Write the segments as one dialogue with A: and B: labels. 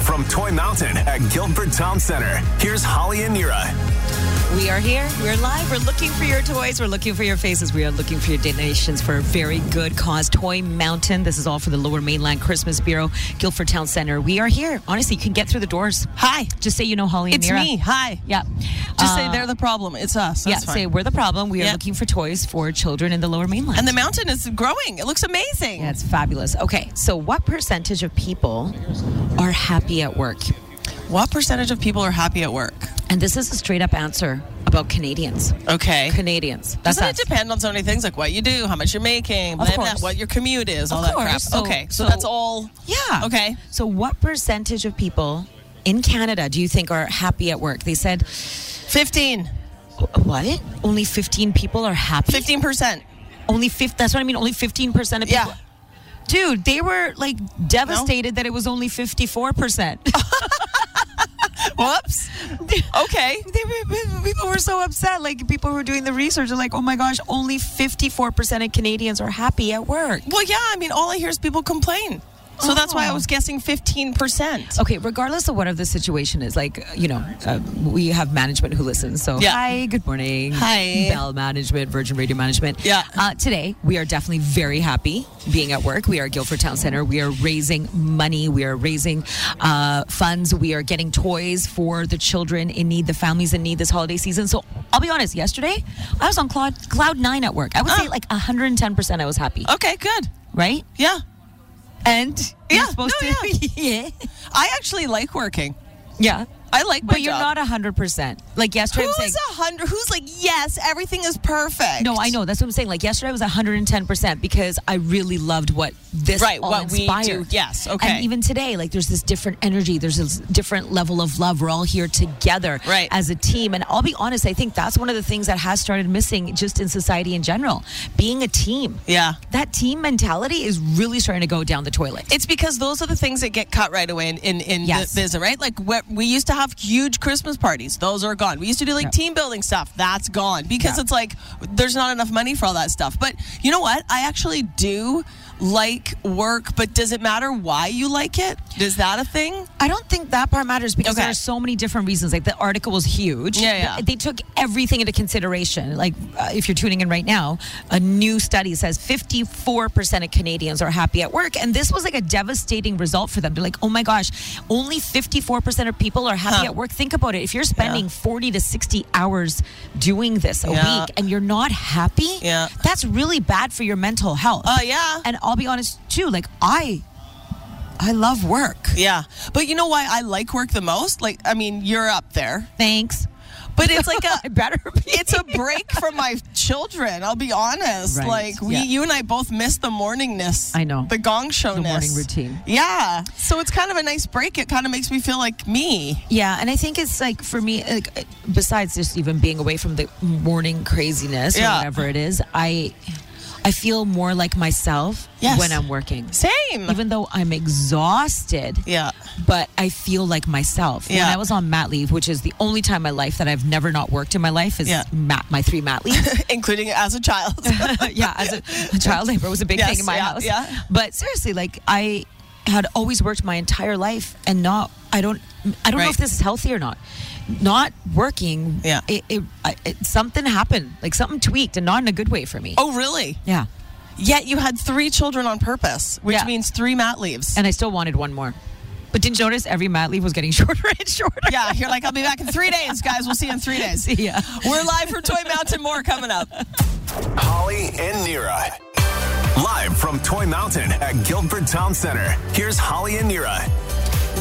A: from Toy Mountain at Guildford Town Center. Here's Holly and Nira.
B: We are here. We're live. We're looking for your toys. We're looking for your faces. We are looking for your donations for a very good cause. Toy Mountain. This is all for the Lower Mainland Christmas Bureau, Guilford Town Center. We are here. Honestly, you can get through the doors.
C: Hi.
B: Just say you know Holly and
C: It's
B: Mira.
C: me. Hi.
B: Yeah.
C: Just
B: Uh,
C: say they're the problem. It's us.
B: Yeah,
C: That's fine.
B: say we're the problem. We are
C: Yeah.
B: looking for toys for children in the Lower Mainland.
C: and the mountain is growing. It looks amazing.
B: That's fabulous. Okay, so what percentage of people are happy at work?
C: What percentage of people are happy at work?
B: And this is a straight up answer about Canadians.
C: Okay.
B: Canadians. That's
C: Doesn't
B: us.
C: it depend on so many things like what you do, how much you're making, blah, blah,
B: course.
C: what your commute is, all
B: Of
C: that crap?
B: course. So-
C: okay, so,
B: so-
C: that's all.
B: Yeah.
C: Okay.
B: So, what percentage of people in Canada do you think are happy at work? They said,
C: 15.
B: what? Only 15 people are happy?
C: 15%.
B: Only 15. That's what I mean. Only 15% of people.
C: Yeah.
B: Dude, they were like devastated that it was only 54%.
C: Whoops. Okay.
B: They were, people were so upset. Like people who were doing the research are like, oh my gosh, only 54% of Canadians are happy at work.
C: Well, yeah, I mean, all I hear is people complain. So that's why I
B: Oh.
C: was guessing 15%.
B: Okay, regardless of whatever the situation is, like, you know, uh, we have management who listens. So,
C: Yeah.
B: hi, good morning.
C: Hi.
B: Bell Management, Virgin Radio Management.
C: Yeah.
B: Uh, today, we are definitely very happy being at work. We are Guilford Town Center. We are raising money. We are raising uh, funds. We are getting toys for the children in need, the families in need this holiday season. So, I'll be honest, yesterday, I was on cloud, cloud nine at work. I would say
C: Oh.
B: like 110% I was happy,
C: Okay, good.
B: right?
C: Yeah.
B: And you're
C: Yeah,
B: supposed
C: no,
B: to. yeah.
C: I actually like working.
B: Yeah.
C: I like my
B: But you're
C: job.
B: not not hundred percent. Like yesterday,
C: Who's
B: I was
C: a hundred? Who's like, yes, everything is perfect.
B: like, no, I know. That's what I'm saying. Like yesterday, I was hundred and ten percent because I really loved what this
C: Right,
B: all
C: what we
B: inspired.
C: do. Yes, okay.
B: And even today, like there's this different energy. There's this different level of love. We're all here together,
C: Right.
B: as a team. And I'll be honest, I think that's one of the things that has started missing just in society in general. Being a team.
C: Yeah.
B: That team mentality is really starting to go down the toilet.
C: It's because those are the things that get cut right away in in, in
B: Yes.
C: the business, right? Like what we used to have huge Christmas parties; those are gone. We used to do like
B: Yeah.
C: team building stuff; that's gone because
B: Yeah.
C: it's like there's not enough money for all that stuff. But you know what? I actually do like work, but does it matter why you like it? Is that a thing?
B: I don't think that part matters because
C: Okay.
B: there are so many different reasons. Like the article was huge.
C: Yeah, yeah.
B: They took everything into consideration. Like uh, if you're tuning in right now, a new study says 54% of Canadians are happy at work, and this was like a devastating result for them. They're like, oh my gosh, only 54% of people are happy
C: Huh.
B: at work. Think about it. If you're spending 40 to 60 hours doing this a
C: Yeah.
B: week and you're not happy,
C: Yeah.
B: that's really bad for your mental health.
C: Uh, yeah.
B: And I'll be honest too. Like I, I love work.
C: Yeah, but you know why I like work the most? Like, I mean, you're up there,
B: Thanks.
C: but it's like a
B: I better be.
C: it's a break from my children. I'll be honest.
B: Right,
C: Like we,
B: yeah.
C: you and I both miss the morningness.
B: I know.
C: the gong showness,
B: morning routine.
C: Yeah, so it's kind of a nice break. It kind of makes me feel like me.
B: yeah, and I think it's like for me, like, besides just even being away from the morning craziness
C: Yeah.
B: or whatever it is, I I feel more like myself
C: Yes.
B: when I'm working.
C: Same.
B: Even though I'm exhausted,
C: yeah.
B: but I feel like myself. When
C: Yeah.
B: I was on mat leave, which is the only time in my life that I've never not worked in my life, is
C: Yeah.
B: mat, my three mat leaves.
C: Including as a child.
B: yeah, as a, a child labor was a big
C: Yes,
B: thing in my
C: yeah,
B: house.
C: yeah.
B: But seriously, like I had always worked my entire life and not I don't I don't know
C: Right.
B: if this is healthy or not. Not working,
C: Yeah.
B: It, it, I, it something happened, like something tweaked, and not in a good way for me.
C: oh, really?
B: Yeah,
C: Yet you had three children on purpose, which
B: Yeah.
C: means three mat leaves.
B: and I still wanted one more. But didn't you notice every mat leave was getting shorter and shorter?
C: yeah, you're like, I'll be back in three days, guys. We'll see you in three days.
B: Yeah.
C: We're live for Toy Mountain. More coming up.
A: Holly and Nira. Live from Toy Mountain at Guildford Town Center. Here's Holly and Nira.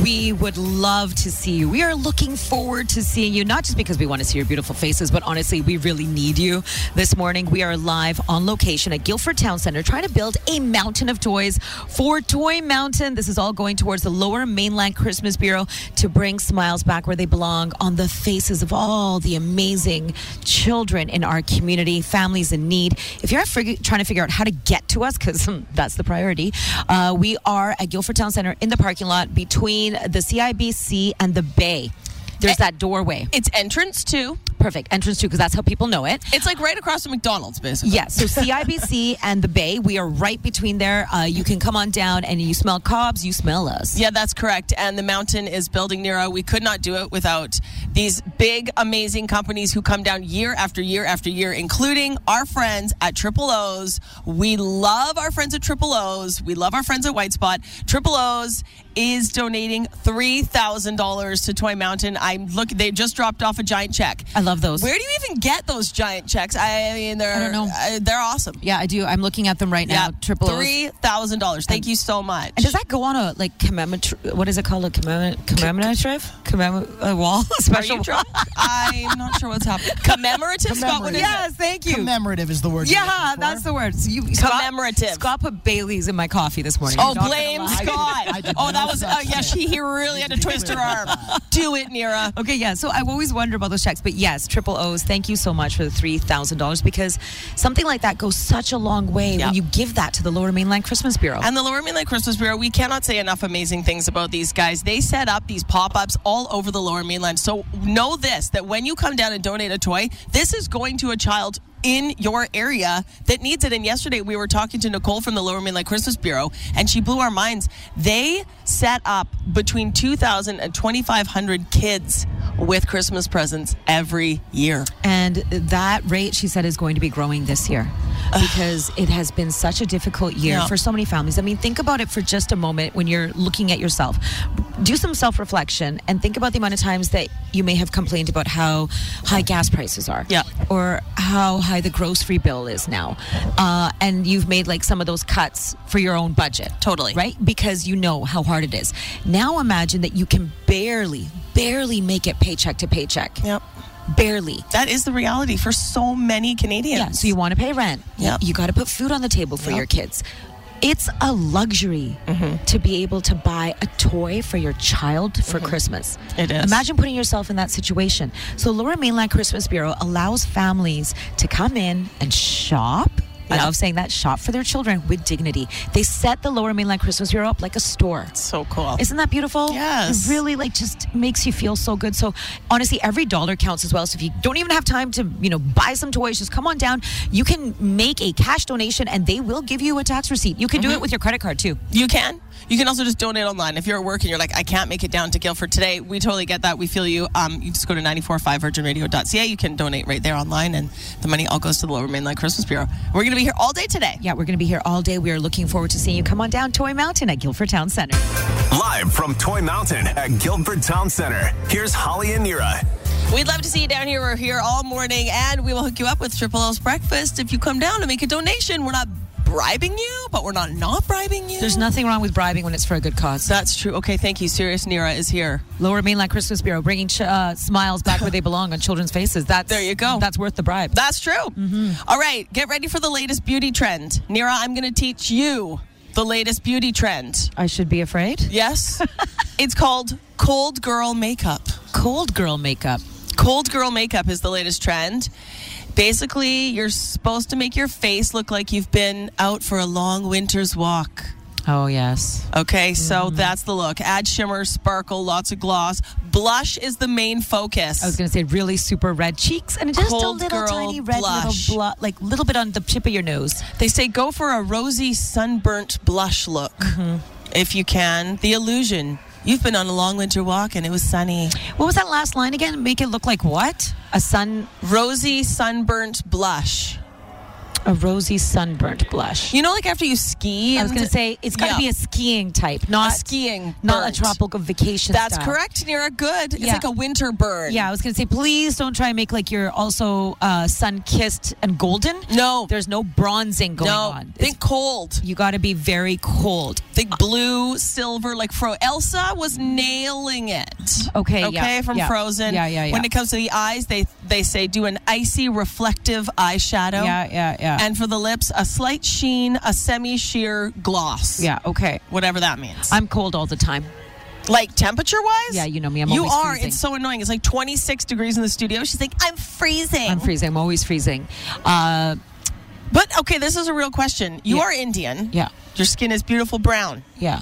B: We would love to see you. We are looking forward to seeing you, not just because we want to see your beautiful faces, but honestly, we really need you. This morning, we are live on location at Guilford Town Center trying to build a mountain of toys for Toy Mountain. This is all going towards the Lower Mainland Christmas Bureau to bring smiles back where they belong on the faces of all the amazing children in our community, families in need. If you're fig- trying to figure out how to get to us, because that's the priority, uh, we are at Guilford Town Center in the parking lot between the CIBC and the Bay. There's that doorway.
C: It's entrance two.
B: Perfect. Entrance two, because that's how people know it.
C: It's like right across from McDonald's, basically.
B: Yes, so CIBC and the Bay, we are right between there. Uh, you can come on down, and you smell Cobbs, you smell us.
C: Yeah, that's correct. And the mountain is building Nero. We could not do it without these big, amazing companies who come down year after year after year, including our friends at Triple O's. We love our friends at Triple O's. We love our friends at White Spot. Triple O's is donating three thousand dollars to Toy Mountain. I'm look. They just dropped off a giant check.
B: I love those.
C: Where do you even get those giant checks? I mean, they're
B: I don't know.
C: uh, they're awesome.
B: Yeah, I do. I'm looking at them right now. Triple O's.
C: three thousand dollars. Thank you so much.
B: And does that go on a like commemorative? What is it called? A commemorative? Commemorative? Commemor- a wall? A
C: Are
B: special?
C: you drunk? I'm not sure what's happening. Commemorative, Scott. What is
B: Yes, thank you.
D: Commemorative is the word. you're
B: yeah,
D: looking for.
B: that's the word. So you, Scott-
C: Commemorative.
B: Scott put Bailey's in my coffee this morning.
C: Oh,
B: You're not gonna
C: blame
B: lie.
C: Scott.
D: I did
C: oh, that
D: not
C: was.
D: touch
C: Oh, yeah,
D: it.
C: she he really had to twist her arm. Do it, Nira.
B: Okay, yeah. So I always wonder about those checks, but yes, triple O's. Thank you so much for the three thousand dollars because something like that goes such a long way
C: Yeah.
B: when you give that to the Lower Mainland Christmas Bureau.
C: And the Lower Mainland Christmas Bureau, we cannot say enough amazing things about these guys. They set up these pop ups all over the Lower Mainland. So know this that when you come down and donate a toy, this is going to a child in your area that needs it. And yesterday we were talking to Nicole from the Lower Mainland Christmas Bureau, and she blew our minds. They set up between 2,000 and 2,500 kids with Christmas presents every year.
B: And that rate, she said, is going to be growing this year because it has been such a difficult year
C: Yeah.
B: for so many families. I mean, think about it for just a moment when you're looking at yourself. Do some self reflection and think about the amount of times that you may have complained about how high gas prices are
C: Yeah.
B: or how high the grocery bill is now. Uh, and you've made like some of those cuts for your own budget.
C: Totally.
B: Right? Because you know how hard it is. Now imagine that you can barely, barely make it paycheck to paycheck.
C: Yep.
B: Barely.
C: That is the reality for so many Canadians.
B: Yeah, so you want to pay rent.
C: Yep.
B: You got to put food on the table for
C: Yep. Mm-hmm.
B: your kids. It's a luxury to be able to buy a toy for your child for Christmas.
C: Mm-hmm. It is.
B: Imagine putting yourself in that situation. So, Lower Mainland Christmas Bureau allows families to come in and shop. I
C: Yep.
B: love saying that shop for their children with dignity. They set the Lower Mainland Christmas Bureau up like a store.
C: so cool.
B: Isn't that beautiful?
C: Yes.
B: It really like just makes you feel so good. So honestly, every dollar counts as well. So if you don't even have time to, you know, buy some toys, just come on down. You can make a cash donation and they will give you a tax receipt. You can do it
C: Mm-hmm.
B: with your credit card too.
C: You can. You can also just donate online. If you're at work and you're like, I can't make it down to Guilford today, we totally get that. We feel you. Um, you just go to 945virginradio.ca. You can donate right there online, and the money all goes to the Lower Mainland Christmas Bureau. We're going to be here all day today.
B: Yeah, we're gonna be here all day. We are looking forward to seeing you. Come on down, Toy Mountain at Guilford Town Center.
A: Live from Toy Mountain at Guildford Town Center, here's Holly and Nira.
C: We'd love to see you down here. We're here all morning, and we will hook you up with Triple L's breakfast if you come down and make a donation. We're not bribing you, but we're not not bribing you.
B: There's nothing wrong with bribing when it's for a good cause.
C: That's true. Okay, thank you. Serious Nira is here.
B: Lower Mainland Christmas Bureau bringing ch- uh, smiles back where they belong on children's faces. That's
C: There you go.
B: That's worth the bribe.
C: That's true. All right, get ready for the latest beauty trend. Nira, I'm going to teach you the latest beauty trend.
B: I should be afraid.
C: Yes? it's called cold girl makeup.
B: Cold girl makeup.
C: Cold girl makeup is the latest trend. Basically, you're supposed to make your face look like you've been out for a long winter's walk.
B: Oh yes.
C: Okay, so that's the look. Add shimmer, sparkle, lots of gloss. Blush is the main focus.
B: I was gonna say really super red cheeks and just
C: Cold
B: a little
C: girl
B: tiny red
C: blush.
B: little blush, like little bit on the tip of your nose.
C: They say go for a rosy, sunburnt blush look
B: Mm-hmm.
C: if you can. The illusion. You've been on a long winter walk and it was sunny.
B: What was that last line again? Make it look like what? A sun,
C: Rosy, sunburnt blush.
B: a rosy sunburnt blush.
C: You know, like after you ski.
B: I was
C: and-
B: gonna say it's gotta
C: Yeah.
B: be a skiing type, not
C: skiing
B: not
C: burnt.
B: a tropical vacation.
C: That's
B: style.
C: correct, Nira. Good. It's
B: Yeah.
C: like a winter burn.
B: Yeah, I was gonna say please don't try and make like you're also uh, sun kissed and golden.
C: No.
B: there's no bronzing going
C: no.
B: on. It's-
C: Think cold.
B: you gotta be very cold.
C: Think blue, silver, like Fro. Elsa was nailing it.
B: Okay, yeah,
C: Okay, from
B: yeah.
C: Frozen.
B: Yeah, yeah, yeah.
C: When it comes to the eyes, they they say do an icy reflective eyeshadow.
B: yeah, yeah.
C: And for the lips, a slight sheen, a semi sheer gloss.
B: okay.
C: Whatever that means.
B: I'm cold all the time.
C: like temperature wise?
B: Yeah, you know me, I'm
C: You
B: always
C: are.
B: freezing.
C: It's so annoying. It's like 26 degrees in the studio. She's like, I'm freezing.
B: I'm freezing. I'm always freezing. Uh,
C: but okay, this is a real question. You
B: Yeah.
C: are Indian.
B: Yeah.
C: Your skin is beautiful brown.
B: yeah.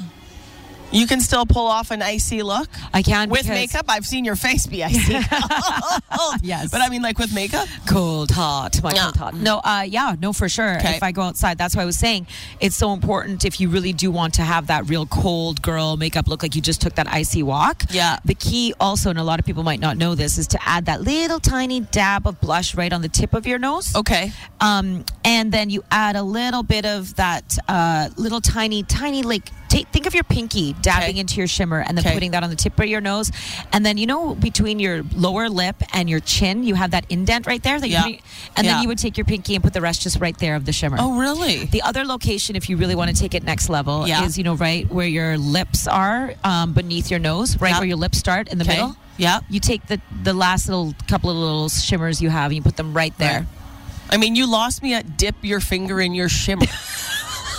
C: You can still pull off an icy look.
B: I can
C: with
B: because-
C: makeup. I've seen your face be icy.
B: Yes.
C: but I mean, like with makeup.
B: cold hot my
C: Yeah.
B: cold hot no uh yeah no for sure
C: Okay.
B: if i go outside that's why i was saying it's so important if you really do want to have that real cold girl makeup look like you just took that icy walk
C: Yeah.
B: the key also and a lot of people might not know this is to add that little tiny dab of blush right on the tip of your nose
C: Okay.
B: um and then you add a little bit of that uh little tiny tiny like ta think of your pinky dabbing
C: Okay.
B: into your shimmer and then
C: Okay.
B: putting that on the tip of your nose and then you know between your lower lip and your chin you have that indent right there that
C: Yeah.
B: you put- and
C: Yeah.
B: then you would take your pinky and put the rest just right there of the shimmer
C: Oh, really?
B: the other location, if you really want to take it next level,
C: Yeah.
B: is you know right where your lips are, um, beneath your nose, right
C: Yeah.
B: where your lips start in the
C: Okay.
B: middle.
C: Yeah.
B: You take the the last little couple of little shimmers you have, and you put them right there.
C: Right. I mean, you lost me at dip your finger in your shimmer.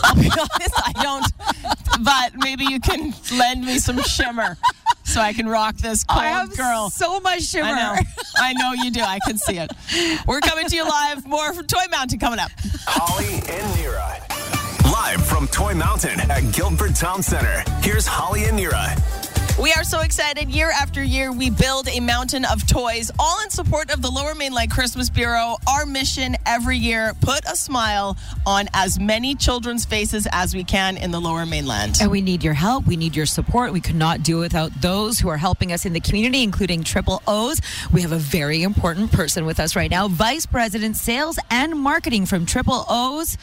C: I'll be honest, I don't. But maybe you can lend me some shimmer so I can rock this cold
B: I have
C: girl.
B: so much shimmer.
C: I know. I know you do. I can see it. We're coming to you live. More from Toy Mountain coming up.
A: Holly and Nira. Live from Toy Mountain at Guildford Town Center, here's Holly and Nira.
C: We are so excited. Year after year, we build a mountain of toys, all in support of the Lower Mainland Christmas Bureau. Our mission every year put a smile on as many children's faces as we can in the Lower Mainland.
B: And we need your help. We need your support. We could not do without those who are helping us in the community, including Triple O's. We have a very important person with us right now, Vice President Sales and Marketing from Triple O's.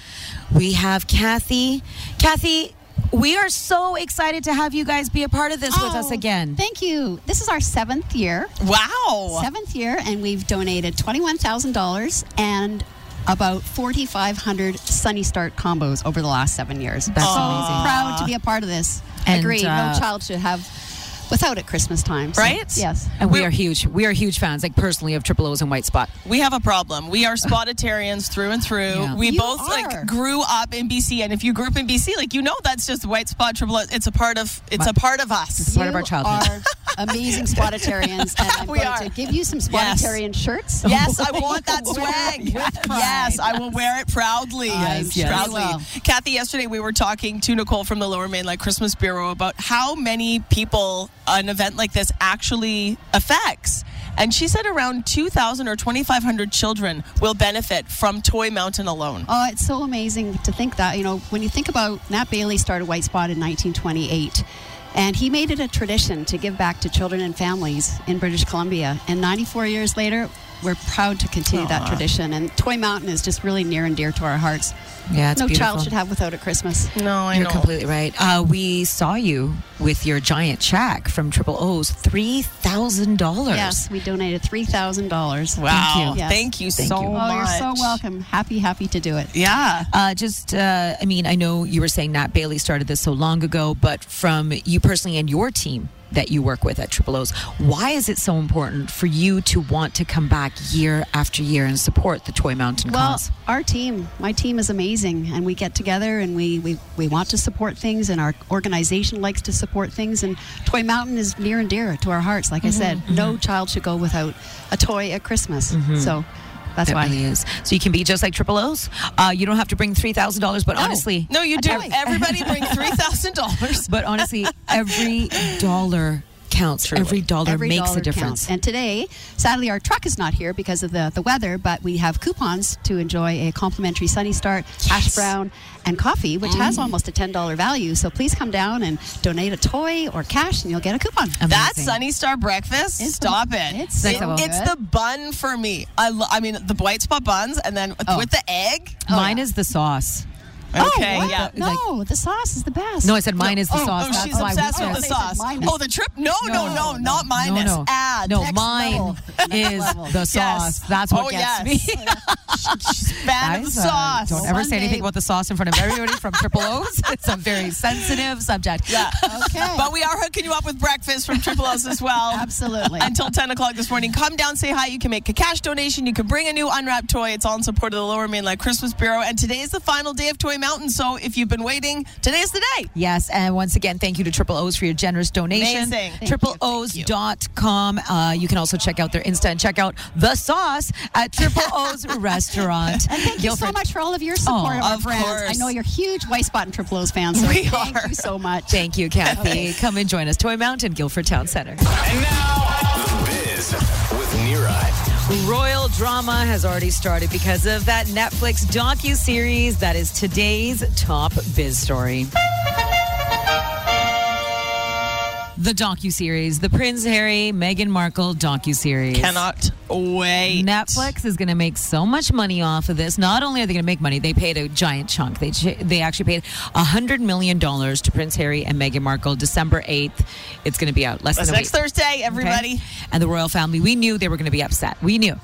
B: We have Kathy. Kathy, we are so excited to have you guys be a part of this with us
D: Oh,
B: again.
D: Thank you. This is our seventh year.
C: Wow.
D: Seventh year, and we've donated $21,000 and about 4,500 Sunny Start combos over the last seven years. That's
B: amazing.
D: Proud to be a part of this.
B: And,
D: Agreed.
B: uh,
D: no child should have without it Christmas time. so-
C: Right?
D: Yes.
B: and we are
C: We're-
B: huge. We are huge fans, like personally, of Triple O's and White Spot.
C: We have a problem. We are spotitarians through and through.
B: Yeah.
C: We
D: You
C: both
D: are.
C: like grew up in BC, and if you grew up in BC, like you know, that's just white spot triple. O. It's a part of. It's a part of us.
B: part of our
D: You
B: childhood.
D: Are amazing Spotitarians, and I'm
C: We
D: going
C: are.
D: to give you some
C: Yes.
D: Spotitarian shirts.
C: Yes, I want that swag.
D: With pride.
C: Yes, I will wear it proudly.
D: I'm
C: Yes,
D: sure you
C: proudly.
D: will.
C: Kathy, yesterday we were talking to Nicole from the Lower Mainland Christmas Bureau about how many people an event like this actually affects. And she said around 2,000 or 2,500 children will benefit from Toy Mountain alone.
D: Oh, it's so amazing to think that. You know, when you think about Nat Bailey started White Spot in 1928, and he made it a tradition to give back to children and families in British Columbia. And 94 years later, we're proud to continue that tradition. And Toy Mountain is just really near and dear to our hearts.
B: Yeah, it's
D: no
B: beautiful.
D: child should have without at Christmas.
C: No, I
B: You're
C: know.
B: completely right. Uh, we saw you with your giant check from Triple O's, three thousand dollars.
D: Yes, we donated $3,000.
C: Wow.
D: Thank you. Yes.
C: Thank you so
D: Oh,
C: much.
D: you're so welcome. Happy, happy to do it.
C: Yeah.
B: Uh, just, uh, I mean, I know you were saying Nat Bailey started this so long ago, but from you personally and your team that you work with at Triple O's, why is it so important for you to want to come back year after year and support the Toy Mountain
D: Well,
B: cause?
D: our team, my team is amazing, and we get together and we, we, we want to support things, and our organization likes to support things. And Toy Mountain is near and dear to our hearts. Like I said,
B: Mm-hmm.
D: no child should go without a toy at Christmas. So that's
B: That
D: why.
B: really is. So you can be just like Triple O's. Uh, you don't have to bring three thousand dollars, but honestly,
C: No, you do.
D: toy.
C: Everybody bring $3,000.
B: but honestly, every dollar counts. Every dollar
D: Every
B: makes
D: dollar
B: a difference.
D: counts. And today, sadly, our truck is not here because of the, the weather, but we have coupons to enjoy a complimentary Sunny Start, hash brown, and coffee, which has
B: Mm.
D: almost a $10 value. So please come down and donate a toy or cash, and you'll get a coupon.
C: That
B: Amazing.
C: Sunny Star breakfast,
D: It's the-
C: stop it.
D: it's
C: It-
B: so
C: it's
D: good.
C: the bun for me. I, lo- I mean, the white spot buns and then with-
D: Oh.
C: with the egg. Oh,
B: Mine is the sauce.
C: Okay,
D: what?
C: yeah.
B: Like-
D: No, the sauce is the best.
B: No, I said mine is the
D: oh,
B: sauce.
C: Oh,
B: That's
C: she's
B: why we
C: obsessed with
B: said-
C: the
D: said
C: sauce.
D: minus.
C: Oh, the trip? No, no, no, not minus.
B: No, no.
C: Ah,
B: no
C: next
B: mine
C: level.
B: is
D: level.
B: the sauce.
C: Yes.
B: That's what
C: Oh,
B: gets
C: yes.
B: me.
C: She's a fan of the
B: Guys, uh,
C: sauce.
B: don't ever say
D: Monday-
B: anything about the sauce in front of everybody from Triple O's. It's a very sensitive subject.
C: yeah.
D: Okay.
C: But we are hooking you up with breakfast from Triple O's as well.
D: Absolutely.
C: Until 10 o'clock this morning. Come down, say hi. You can make a cash donation. You can bring a new unwrapped toy. It's all in support of the Lower Mainland Christmas Bureau. And today is the final day of Toy Mountain. So if you've been waiting, today is the day.
B: Yes, and once again, thank you to Triple O's for your generous donation.
C: Amazing. Thank
B: Triple O's dot com. Uh, you can also check out their Insta and check out the sauce at Triple O's restaurant.
D: And thank you so
B: Guilford- Oh.
D: much for all of your support of our
C: of
D: brands. I
C: course.
D: know you're huge White Spot and Triple O's fans. So
C: We
D: thank
C: are.
D: you so much.
B: Thank you, Kathy. Come and join us. Toy Mountain, Guilford Town Center.
A: And now, The Biz with Nira.
B: Royal drama has already started because of that Netflix docu-series that is today's top biz story. The docu-series, the Prince Harry, Meghan Markle docu-series.
C: Cannot wait.
B: Netflix is going to make so much money off of this. Not only are they going to make money, they paid a giant chunk. They ch- they actually paid hundred million dollars to Prince Harry and Meghan Markle. December eighth, it's going to be out. Less
C: That's
B: than a
C: next
B: week.
C: Thursday,
B: Okay?
C: everybody.
B: And the royal family, we knew they were going to be upset. We knew.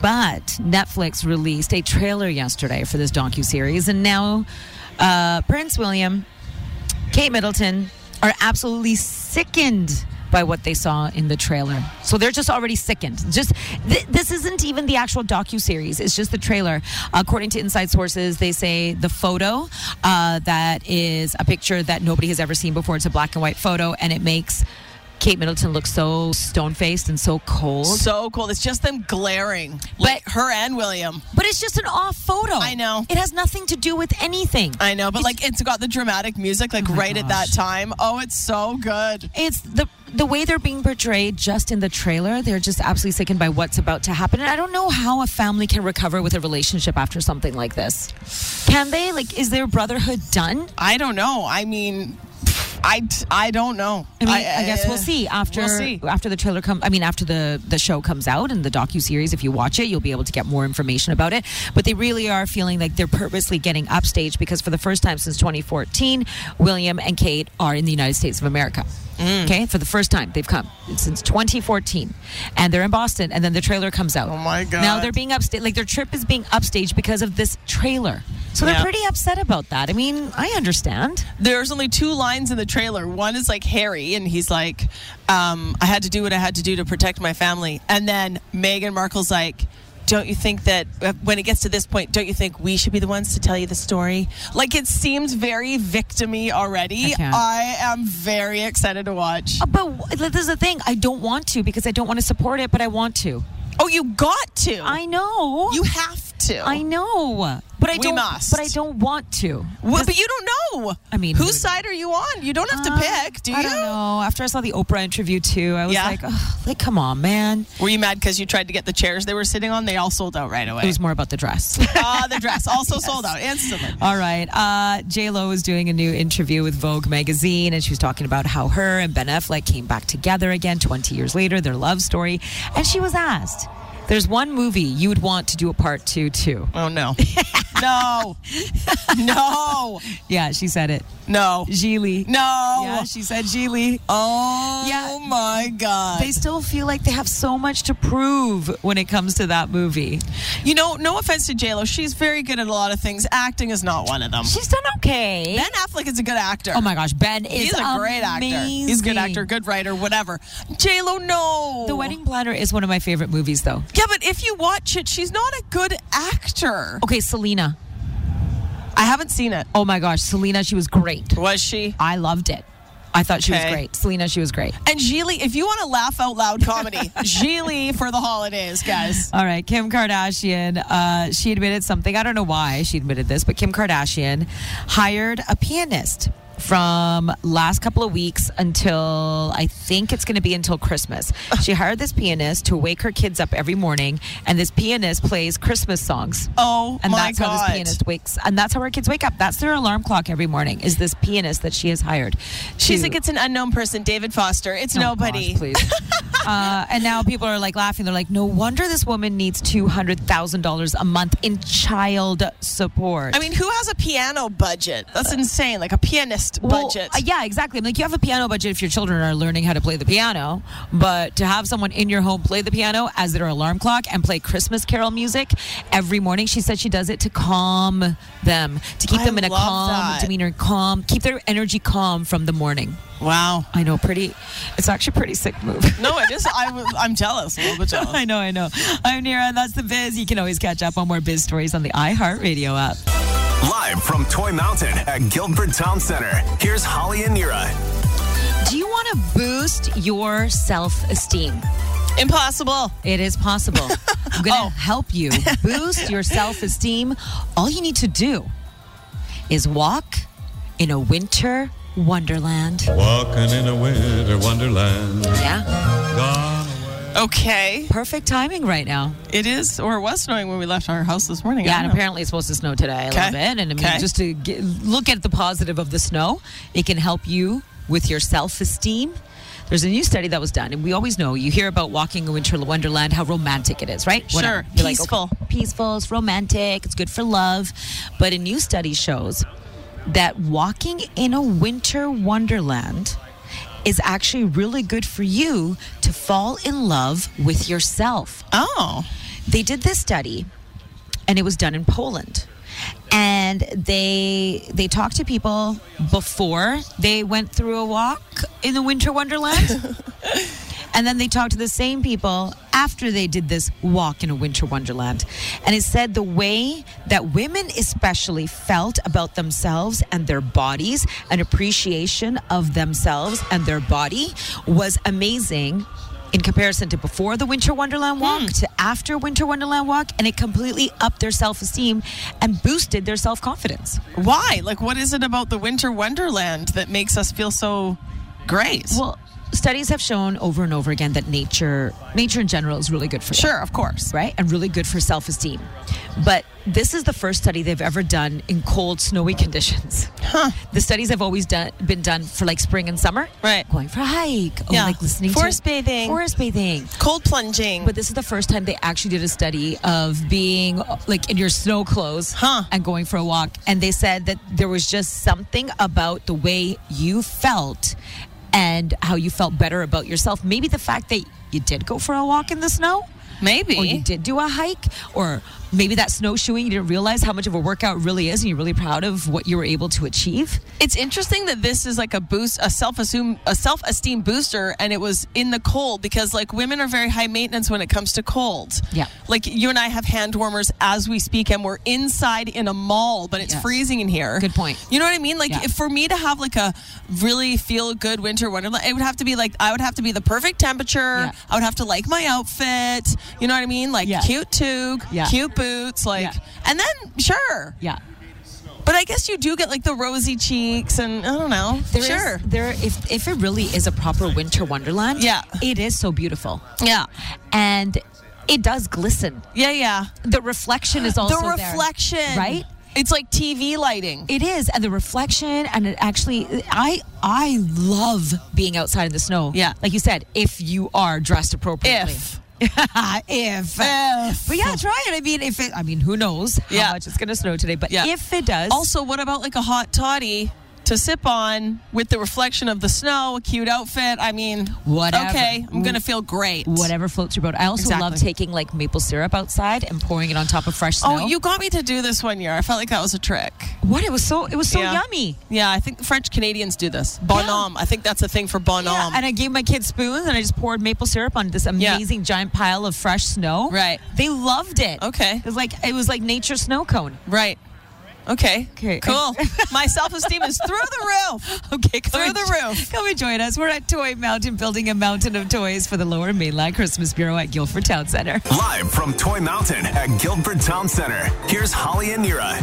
B: But Netflix released a trailer yesterday for this docu-series. And now uh, Prince William, Kate Middleton are absolutely sickened by what they saw in the trailer. So they're just already sickened. Just th- this isn't even the actual docu series. It's just the trailer. According to inside sources, they say the photo uh, that is a picture that nobody has ever seen before. It's a black and white photo, and it makes Kate Middleton look so stone faced and so cold.
C: So cool. It's just them glaring. Like
B: But-
C: her and William.
B: But it's just an off photo.
C: I know.
B: It has nothing to do with anything.
C: I know, but like it's got the dramatic music like
B: my
C: right at that
B: gosh.
C: time. Oh, it's so good.
B: it's the the way they're being portrayed just in the trailer they're just absolutely sickened by what's about to happen and i don't know how a family can recover with a relationship after something like this can they like is their brotherhood done
C: I don't know. I mean, I I uh, don't know.
B: I mean, I, guess we'll see after
C: We'll see.
B: after the trailer comes. I mean, after the the show comes out and the docu series. If you watch it, you'll be able to get more information about it. But they really are feeling like they're purposely getting upstaged because for the first time since 2014, William and Kate are in the United States of America.
C: Mm.
B: Okay, for the first time they've come since 2014, and they're in Boston. And then the trailer comes out.
C: Oh, my God.
B: Now they're being upstaged. Like their trip is being upstaged because of this trailer. So they're
C: Yeah.
B: pretty upset about that. I mean, I understand.
C: There's only two lines in the trailer. One is like Harry, and he's like, um, "I had to do what I had to do to protect my family." And then Meghan Markle's like, "Don't you think that uh, when it gets to this point, don't you think we should be the ones to tell you the story?" Like it seems very victimy already.
B: I can't.
C: I am very excited to watch.
B: Uh, But w- this is the thing. I don't want to because I don't want to support it, but I want to.
C: Oh, you got to.
B: I know.
C: You have to.
B: I know. But I
C: We
B: don't.
C: must.
B: But I don't want to.
C: Well, but you don't know.
B: I mean,
C: whose
B: who-
C: side are you on? You don't have to
B: Um,
C: pick, do you?
B: I don't know. After I saw the Oprah interview too, I was
C: Yeah.
B: like, "Ugh, like, come on, man.
C: Were you mad because you tried to get the chairs they were sitting on? They all sold out right
B: It
C: away.
B: was more about the dress.
C: Ah, the dress also sold out instantly.
B: All right. Uh, J Lo is doing a new interview with Vogue magazine, and she was talking about how her and Ben Affleck came back together again 20 years later, their love story. And she was asked, "There's one movie you would want to do a part two to."
C: Oh no, no, no,
B: Yeah, she said it.
C: no,
B: Geely.
C: no.
B: Yeah, she said Geely.
C: Oh
B: Yeah.
C: my God.
B: They still feel like they have so much to prove when it comes to that movie.
C: you know, no offense to J Lo, she's very good at a lot of things. Acting is not one of them.
B: She's done okay.
C: Ben Affleck is a good actor.
B: oh my gosh, Ben is
C: He's a great actor. He's a good
B: amazing.
C: actor, good writer, whatever. J Lo, no.
B: The Wedding Planner is one of my favorite movies, though.
C: Yeah, but if you watch it, she's not a good actor.
B: Okay, Selena.
C: I haven't seen it.
B: Oh my gosh, Selena, she was great.
C: Was she?
B: I loved it. I thought she was
C: Okay.
B: great. Selena, she was great.
C: And Geely, if you want to laugh out loud comedy, Geely for the holidays, guys.
B: All right, Kim Kardashian. Uh, she admitted something. I don't know why she admitted this, but Kim Kardashian hired a pianist from last couple of weeks until I think it's going to be until Christmas. She hired this pianist to wake her kids up every morning, and this pianist plays Christmas songs.
C: Oh
B: and
C: my
B: that's how
C: God.
B: this pianist wakes, and that's how her kids wake up. That's their alarm clock every morning. Is this pianist that she has hired?
C: She's
B: to-
C: like, it's an unknown person, David Foster. It's
B: Oh,
C: nobody.
B: gosh, please. uh, and now people are like laughing. They're like, no wonder this woman needs two hundred thousand dollars a month in child support.
C: I mean, who has a piano budget? That's insane. Like a pianist
B: Uh, Well,
C: budget.
B: uh, yeah, exactly. I'm like, you have a piano budget if your children are learning how to play the piano, but to have someone in your home play the piano as their alarm clock and play Christmas carol music every morning, she said she does it to calm them, to keep
C: I
B: them in a
C: love
B: calm
C: that.
B: demeanor, calm, keep their energy calm from the morning.
C: Wow.
B: I know, pretty. It's actually a pretty sick move.
C: No, it is. I, w- I'm jealous. A little bit jealous.
B: I know, I know. I'm Nira, and that's the biz. You can always catch up on more biz stories on the iHeartRadio app.
A: Live from Toy Mountain at Guildford Town Center, here's Holly and Nira.
B: Do you want to boost your self esteem?
C: Impossible.
B: It is possible. I'm going to
C: Oh.
B: help you boost your self esteem. All you need to do is walk in a winter wonderland.
E: Walking in a winter wonderland.
B: Yeah.
E: Gone away.
C: Okay.
B: Perfect timing right now.
C: It is, or it was snowing when we left our house this morning.
B: Yeah,
C: I
B: and
C: don't know.
B: apparently it's supposed to snow today a
C: Okay.
B: little bit. And I mean,
C: Okay.
B: just to get, look at the positive of the snow, it can help you with your self esteem. There's a new study that was done, and we always know you hear about walking in winter wonderland, how romantic it is, right?
C: Sure.
B: Whatever. You're like,
C: Peaceful.
B: okay, peaceful, it's romantic, it's good for love. But a new study shows that walking in a winter wonderland is actually really good for you to fall in love with yourself
C: Oh.
B: they did this study and it was done in Poland and they they talked to people before they went through a walk in the winter wonderland and then they talked to the same people after they did this walk in a winter wonderland and it said the way that women especially felt about themselves and their bodies and appreciation of themselves and their body was amazing in comparison to before the Winter Wonderland walk to after Winter Wonderland walk, and it completely upped their self esteem and boosted their self confidence.
C: Why? Like, what is it about the winter wonderland that makes us feel so great?
B: Well, studies have shown over and over again that nature, nature in general, is really good for you.
C: sure, of course.
B: right? And really good for self esteem. But this is the first study they've ever done in cold, snowy conditions. Huh. The studies have always done, been done for like spring and summer.
C: Right.
B: Going for a hike. Or
C: Yeah.
B: like listening
C: Forest
B: to
C: bathing.
B: Forest bathing.
C: Cold plunging.
B: But this is the first time they actually did a study of being like in your snow clothes
C: Huh.
B: and going for a walk. And they said that there was just something about the way you felt and how you felt better about yourself. Maybe the fact that you did go for a walk in the snow.
C: Maybe.
B: Or you did do a hike, or maybe that snowshoeing, you didn't realize how much of a workout it really is, and you're really proud of what you were able to achieve.
C: It's interesting that this is like a boost, a self assume, a self esteem booster, and it was in the cold because like women are very high maintenance when it comes to cold.
B: Yeah.
C: Like you and I have hand warmers as we speak, and we're inside in a mall, but it's
B: Yes.
C: freezing in here.
B: Good point.
C: You know what I mean? Like
B: Yeah.
C: if for me to have like a really feel good winter wonderland, it would have to be like I would have to be the perfect temperature.
B: Yeah.
C: I would have to like my outfit. You know what I mean? Like
B: Yeah.
C: cute toque,
B: Yeah.
C: cute boots, like,
B: Yeah.
C: and then sure.
B: Yeah.
C: But I guess you do get like the rosy cheeks and I don't know.
B: There is-
C: sure.
B: there if if it really is a proper winter wonderland,
C: Yeah.
B: it is so beautiful.
C: yeah.
B: And it does glisten.
C: Yeah, yeah.
B: The reflection is also
C: the
B: there,
C: reflection.
B: right?
C: It's like TV lighting.
B: It is, and the reflection, and it actually, I I love being outside in the snow.
C: Yeah.
B: like you said, if you are dressed appropriately.
C: If.
B: if.
C: If.
B: But yeah, try it. I mean, if it, I mean, who knows how
C: Yeah.
B: much it's going to snow today? But
C: Yeah.
B: if it does,
C: Also, what about like a hot toddy to sip on with the reflection of the snow, a cute outfit? I mean,
B: Whatever.
C: Okay, I'm going to feel great.
B: whatever floats your boat. I also love
C: Exactly.
B: taking like maple syrup outside and pouring it on top of fresh snow.
C: Oh, you got me to do this one year. I felt like that was a trick.
B: what? It was so it was so
C: Yeah.
B: yummy.
C: Yeah, I think French Canadians do this. Bonhomme. I think that's a thing for bonhomme.
B: Yeah, and I gave my kids spoons and I just poured maple syrup on this amazing giant pile of fresh snow.
C: Right.
B: They loved it.
C: Okay.
B: It was like it was like nature snow cone.
C: Right. Okay.
B: 'Kay.
C: Cool. My self esteem is through the roof.
B: Okay, come
C: Through the
B: and-
C: roof.
B: Come and join us. We're at Toy Mountain building a mountain of toys for the Lower Mainland Christmas Bureau at Guilford Town Center.
A: Live from Toy Mountain at Guildford Town Center, here's Holly and Nira.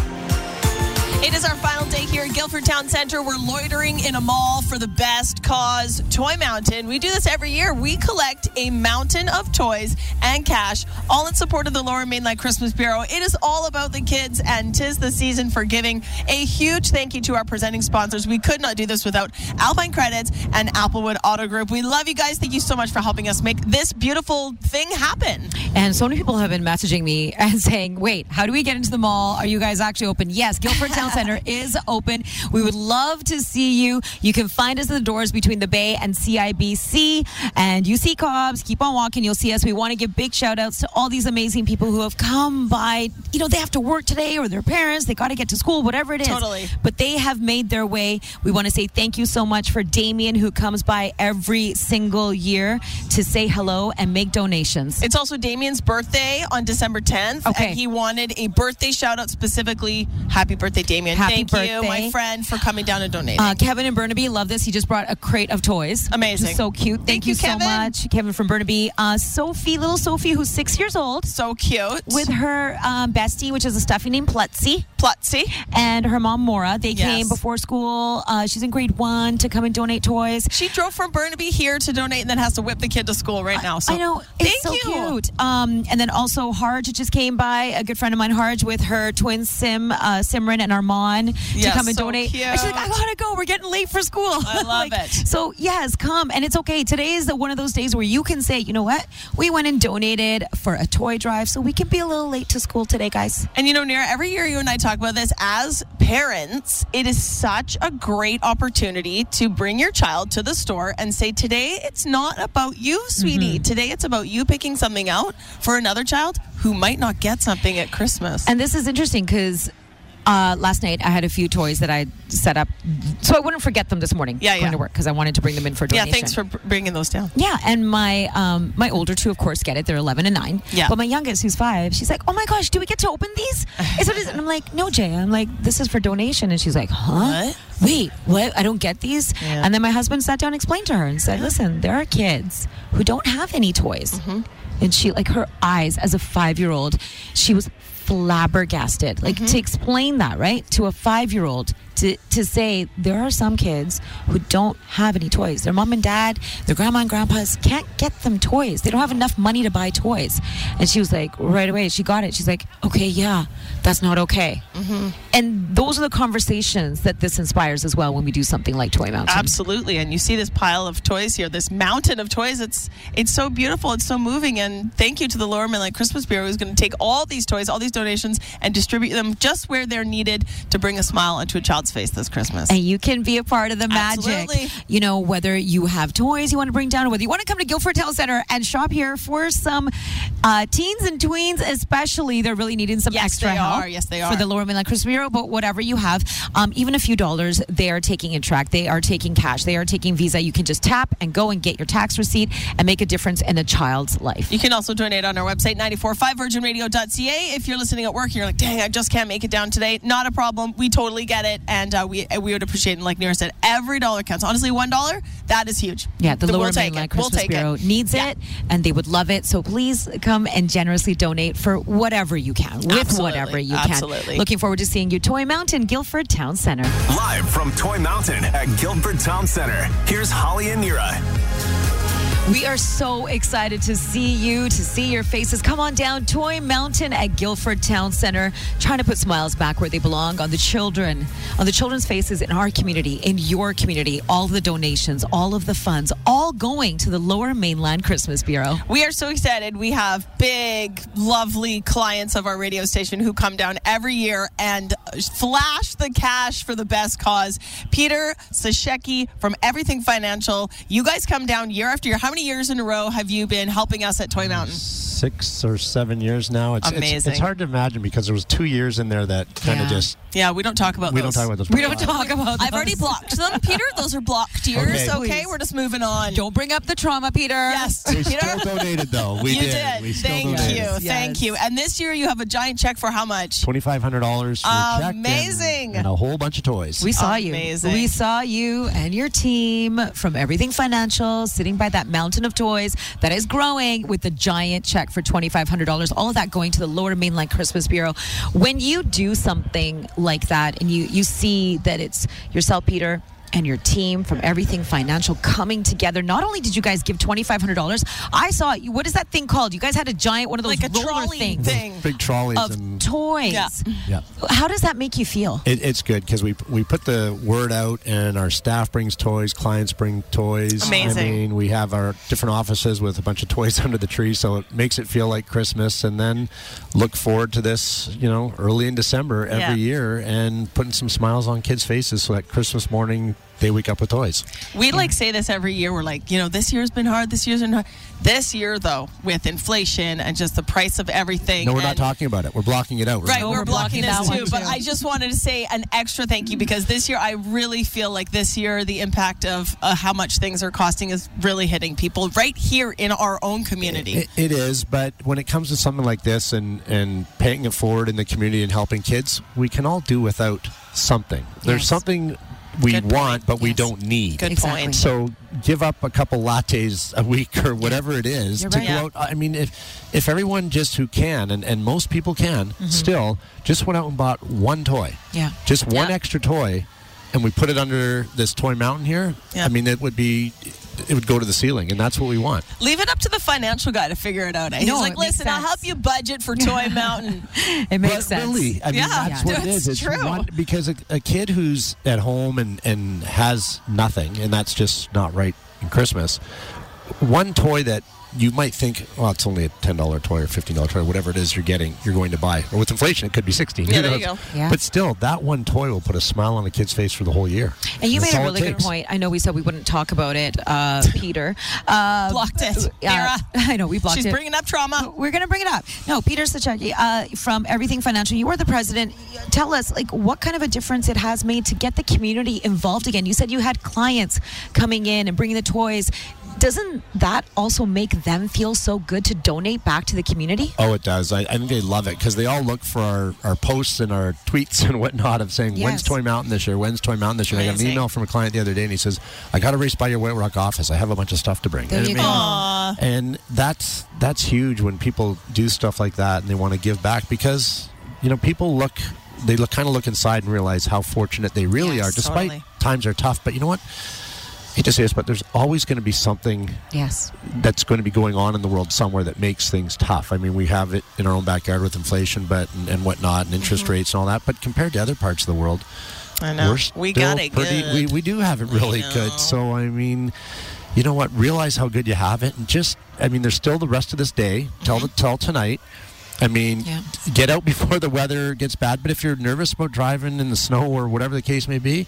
C: It is our final day here at Guilford Town Center. We're loitering in a mall for the best cause, Toy Mountain. We do this every year. We collect a mountain of toys and cash, all in support of the Lower Mainland Christmas Bureau. It is all about the kids, and tis the season for giving. A huge thank you to our presenting sponsors. We could not do this without Alpine Credits and Applewood Auto Group. We love you guys. Thank you so much for helping us make this beautiful thing happen.
B: And so many people have been messaging me and saying, wait, how do we get into the mall? Are you guys actually open? Yes, Guilford Town Center is open. We would love to see you. You can find us at the doors between the Bay and CIBC and UC Cobbs. Keep on walking. You'll see us. We want to give big shout outs to all these amazing people who have come by. You know, they have to work today or their parents, they got to get to school, whatever it is.
C: Totally.
B: But they have made their way. We want to say thank you so much for Damien, who comes by every single year to say hello and make donations.
C: It's also Damien's birthday on December 10th.
B: Okay.
C: And he wanted a birthday shout out specifically. Happy birthday, Damien.
B: Happy
C: Thank you, my
B: birthday.
C: friend, for coming down and donating.
B: Uh, Kevin and Burnaby love this. He just brought a crate of toys.
C: Amazing.
B: Which is so cute. Thank,
C: Thank you,
B: so
C: Kevin.
B: much, Kevin from Burnaby. Uh, Sophie, little Sophie, who's six years old,
C: so cute.
B: with her um, bestie, which is a stuffy named Plutzy,
C: Plutzy.
B: and her mom, Mora. They
C: Yes.
B: came before school. Uh, she's in grade one to come and donate toys.
C: She drove from Burnaby here to donate and then has to whip the kid to school right now. So
B: I know.
C: Thank
B: It's so
C: you.
B: cute. Um, and then also Harj just came by, a good friend of mine, Harj, with her twin Sim, uh, Simran and Armand
C: Yes,
B: to come and
C: so
B: donate. And she's like, I
C: cute.
B: gotta go. We're getting late for school.
C: I love it.
B: So yes, come and it's okay. Today is the, one of those days where you can say, you know what, we went and donated for a toy drive, so we can be a little late to school today, guys.
C: And you know, Nira, every year you and I talk about this as parents, it is such a great opportunity to bring your child to the store and say, Today it's not about you,
B: Mm-hmm.
C: sweetie. Today it's about you picking something out for another child who might not get something at Christmas.
B: And this is interesting because uh, last night I had a few toys that I set up, so I wouldn't forget them this morning.
C: Yeah,
B: going
C: yeah.
B: to work because I wanted to bring them in for
C: yeah,
B: donation.
C: thanks for br- bringing those down.
B: Yeah, and my um, my older two, of course, get it. They're eleven and nine.
C: Yeah.
B: But my youngest, who's five, she's like, "Oh my gosh, do we get to open these?" Is what is it? And I'm like, "No, Jay. I'm like, this is for donation." And she's like, "Huh?
C: What?
B: Wait, what? I don't get these."
C: Yeah.
B: And then my husband sat down and explained to her and said, "Listen, there are kids who don't have any toys."
C: Mm-hmm.
B: And she, like, her eyes as a five year old, she was flabbergasted.
C: Mm-hmm.
B: Like to explain that right to a five year old. To, to say there are some kids who don't have any toys. Their mom and dad, their grandma and grandpas can't get them toys. They don't have enough money to buy toys. And she was like, right away, she got it. She's like, okay, yeah, that's not okay.
C: Mm-hmm.
B: And those are the conversations that this inspires as well when we do something like Toy Mountain.
C: Absolutely, and you see this pile of toys here, this mountain of toys. It's it's so beautiful, it's so moving, and thank you to the Lower Mainland Christmas Bureau who's going to take all these toys, all these donations, and distribute them just where they're needed to bring a smile onto a child's face this Christmas.
B: And you can be a part of the magic.
C: Absolutely.
B: You know, whether you have toys you want to bring down, or whether you want to come to Guilford Town Center and shop here for some uh, teens and tweens, especially. They're really needing some
C: Yes,
B: extra
C: they
B: help.
C: are. Yes, they
B: For
C: are.
B: the Lower Mainland Christmas Bureau, but whatever you have, um, even a few dollars, they are taking in track. They are taking cash. They are taking Visa. You can just tap and go and get your tax receipt and make a difference in a child's life.
C: You can also donate on our website, 945virginradio.ca. If you're listening at work and you're like, dang, I just can't make it down today, not a problem. We totally get it. And uh, we we would appreciate it. And like Nira said, every dollar counts. Honestly, $1, that is huge.
B: Yeah, the
C: Th-
B: Lower
C: we'll take
B: Mainland
C: it. We'll
B: Christmas
C: take
B: Bureau
C: it.
B: needs
C: Yeah.
B: it, and they would love it. So please come and generously donate for whatever you can, with
C: Absolutely.
B: whatever you
C: Absolutely.
B: can. Looking forward to seeing you, Toy Mountain, Guilford Town Center.
A: Live from Toy Mountain at Guildford Town Center, here's Holly and Nira.
B: We are so excited to see you, to see your faces. Come on down, Toy Mountain at Guilford Town Center, trying to put smiles back where they belong on the children, on the children's faces in our community, in your community. All the donations, all of the funds, all going to the Lower Mainland Christmas Bureau.
C: We are so excited. We have big, lovely clients of our radio station who come down every year and flash the cash for the best cause. Peter Sasheki from Everything Financial. You guys come down year after year. How many years in a row have you been helping us at Toy Mountain?
F: six or seven years now. It's, it's- It's,
C: Amazing.
F: hard to imagine because there was two years in there that kind of
B: Yeah.
F: just
C: Yeah, we don't talk about
F: we
C: those.
F: don't talk about those.
B: We don't talk about.
C: I've already
B: those.
C: blocked them, Peter. Those are blocked yours. Okay,
F: Okay.
B: Please.
C: we're just moving on.
B: Don't bring up the trauma, Peter.
C: Yes,
F: We
C: Peter.
F: still donated though. We
C: you
F: did. We still
C: Thank
F: donated.
C: you.
B: Yes,
C: Thank
B: yes.
C: you. And this year you have a giant check for how much?
F: Twenty five hundred dollars.
C: Amazing.
F: and, and a whole bunch of toys.
B: We saw
C: Amazing.
B: you. We saw you and your team from Everything Financial sitting by that mountain of toys that is growing with the giant check for $2,500. All of that going to the Lower Mainland Christmas Bureau. When you do something like that and you, you see that it's yourself, Peter, and your team from Everything Financial coming together. Not only did you guys give $2,500, I saw, you- what is that thing called? You guys had a giant one of those
C: Like a
B: roller
C: trolley
B: things
C: thing.
F: Big trolleys
B: of
F: and
B: toys.
C: Yeah.
F: yeah.
B: How does that make you feel?
F: It, it's good because we we put the word out, and our staff brings toys, clients bring toys. I
C: Amazing.
F: mean, we have our different offices with a bunch of toys under the tree, so it makes it feel like Christmas. And then look forward to this, you know, early in December every
C: Yeah.
F: year, and putting some smiles on kids' faces so that Christmas morning they wake up with toys.
C: We like say this every year. We're like, you know, this year's been hard. This year's been hard. This year, though, with inflation and just the price of everything.
F: No, we're
C: and-
F: not talking about it. We're blocking it out.
C: Right,
B: No,
C: we're,
B: we're blocking
C: blocking,
B: that
C: this
B: one
C: too. But
B: too.
C: I just wanted to say an extra thank you because this year I really feel like this year the impact of uh, how much things are costing is really hitting people right here in our own community.
F: It, it is, but when it comes to something like this and and paying it forward in the community and helping kids, we can all do without something. There's
B: Yes.
F: something we
C: Good point.
F: want, but we
B: Yes.
F: don't need.
C: Good
B: Exactly.
C: point.
F: So give up a couple lattes a week or whatever it is
B: You're
F: to
B: right.
F: go
C: Yeah.
F: out. I mean, if if everyone just who can and, and most people can still just went out and bought one toy,
B: Yeah.
F: just one
C: Mm-hmm. Yeah.
F: extra toy, and we put it under this toy mountain here.
C: Yeah.
F: I mean, it would be it would go to the ceiling, and that's what we want.
C: Leave it up to the financial guy to figure it out. eh? He's
B: No,
C: like,
B: it makes
C: listen, I'll
B: sense.
C: help you budget for Toy Mountain.
B: It makes
F: but
B: sense.
F: really, I mean,
C: Yeah,
F: that's what it
C: that's
F: is. It's
C: true.
F: one because a, a kid who's at home and and has nothing, and that's just not right in Christmas. One toy that you might think, well, it's only a ten dollar toy or fifteen dollar toy, whatever it is you're getting, you're going to buy. Or with inflation, it could be sixteen.
C: Yeah,
F: who
C: there you
F: knows?
B: go. Yeah.
F: But still, that one toy will put a smile on a kid's face for the whole year.
B: And you
F: That's
B: made a
F: all it
B: really good
F: takes.
B: point. I know we said we wouldn't talk about it, uh, Peter. Uh,
C: Blocked it.
B: yeah,
C: Mira.
B: I know we blocked
C: She's
B: it.
C: bringing up trauma.
B: We're going to bring it up. No, Peter Sachecki, uh, from Everything Financial, you are the president. Tell us, like, what kind of a difference it has made to get the community involved again? You said you had clients coming in and bringing the toys. Doesn't that also make them feel so good to donate back to the community?
F: Oh, it does. I, I think they love it because they all look for our, our posts and our tweets and whatnot of saying, when's
B: Yes.
F: Toy Mountain this year? When's Toy Mountain this year? I got an
C: Amazing.
F: email from a client the other day and he says, I got to race by your White Rock office. I have a bunch of stuff to bring.
B: There
F: and,
B: you
F: I mean,
B: go.
C: Aw.
F: and that's, that's huge when people do stuff like that and they want to give back because, you know, people look, they look kind of look inside and realize how fortunate they really
C: Yes,
F: are despite
C: totally.
F: times are tough. But you know what? I hate to say this, but there's always going to be something
B: Yes.
F: that's going to be going on in the world somewhere that makes things tough. I mean, we have it in our own backyard with inflation, but and, and whatnot, and interest rates and all that. But compared to other parts of the world,
C: Mm-hmm. I know.
F: we're
C: We
F: still
C: got it
F: pretty-
C: good.
F: We, we do have it really
C: know.
F: good. So I mean, you know what? Realize how good you have it, and just I mean, there's still the rest of this day till
C: Mm-hmm.
F: the, till tonight. I mean,
B: Yeah.
F: get out before the weather gets bad. But if you're nervous about driving in the snow or whatever the case may be,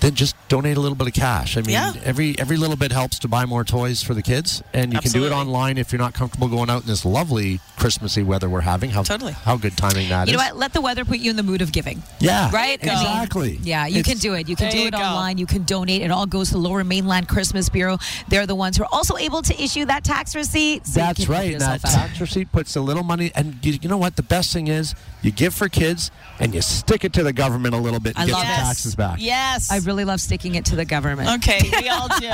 F: then just donate a little bit of cash. I mean,
C: Yeah.
F: every every little bit helps to buy more toys for the kids, and you can do
C: Absolutely.
F: it online if you're not comfortable going out in this lovely Christmassy weather we're having. How
C: Totally.
F: how good timing that is.
B: You know what? Let the weather put you in the mood of giving.
F: Yeah,
B: Right? I mean,
F: Exactly.
B: yeah, you
F: It's-
B: can do it. You can
C: There
B: do
C: you
B: it
C: go.
B: online. You can donate. It all goes to Lower Mainland Christmas Bureau. They're the ones who are also able to issue that tax receipt. so you
F: That's
B: can help
F: right. and That
B: yourself out.
F: tax receipt puts a little money, and you, you know what? The best thing is you give for kids and you stick it to the government a little bit and
B: I
F: get
B: love
F: the
B: it.
F: taxes back.
C: Yes.
B: I really love sticking it to the government.
C: okay, we all do.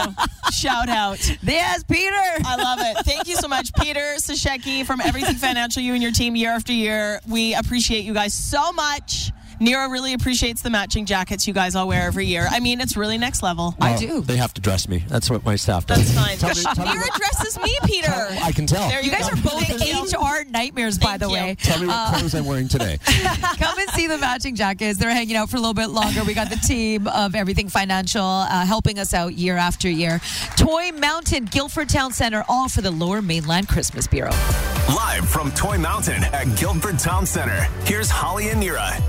C: Shout out.
B: Yes, Peter.
F: Uh,
C: I love it. Thank you so much, Peter Sasheki from Everything Financial, you and your team year after year. We appreciate you guys so much. Nero really appreciates the matching jackets you guys all wear every year. I mean, it's really next level.
B: I
F: Oh,
B: do.
F: They have to dress me. That's what my staff
C: That's
F: does.
C: fine.
F: Tell me- tell me
C: Nero
F: what-
C: dresses me, Peter.
F: I can tell.
C: There
B: You guys
C: go.
B: are both
C: Thank you.
B: HR nightmares, by
C: Thank
B: the
C: you.
B: way.
F: Tell me what clothes I'm wearing today.
B: Come and see the matching jackets. They're hanging out for a little bit longer. We got the team of Everything Financial uh, helping us out year after year. Toy Mountain, Guilford Town Center, all for the Lower Mainland Christmas Bureau.
A: Live from Toy Mountain at Guildford Town Center, here's Holly and Nira.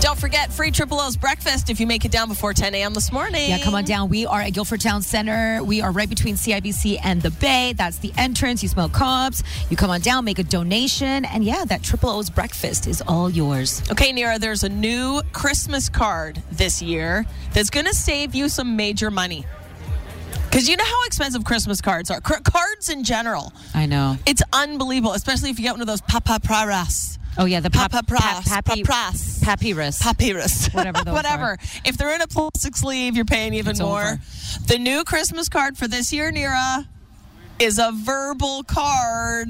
C: Don't forget free Triple O's breakfast if you make it down before 10 a.m. this morning.
B: Yeah, come on down. We are at Guilford Town Center. We are right between CIBC and the Bay. That's the entrance. You smell cobs. You come on down, make a donation. And yeah, that Triple O's breakfast is all yours.
C: Okay, Nira, there's a new Christmas card this year that's going to save you some major money. Because you know how expensive Christmas cards are, Cr- cards in general.
B: I know.
C: It's unbelievable, especially if you get one of those papapraras.
B: Oh, yeah, the pap-
C: Papapras.
B: pap- papi-
C: Papras.
B: Papyrus.
C: Papyrus.
B: Whatever those
C: Whatever.
B: are.
C: If they're in a plastic sleeve, you're paying even
B: It's
C: more.
B: over.
C: The new Christmas card for this year, Nira, is a verbal card.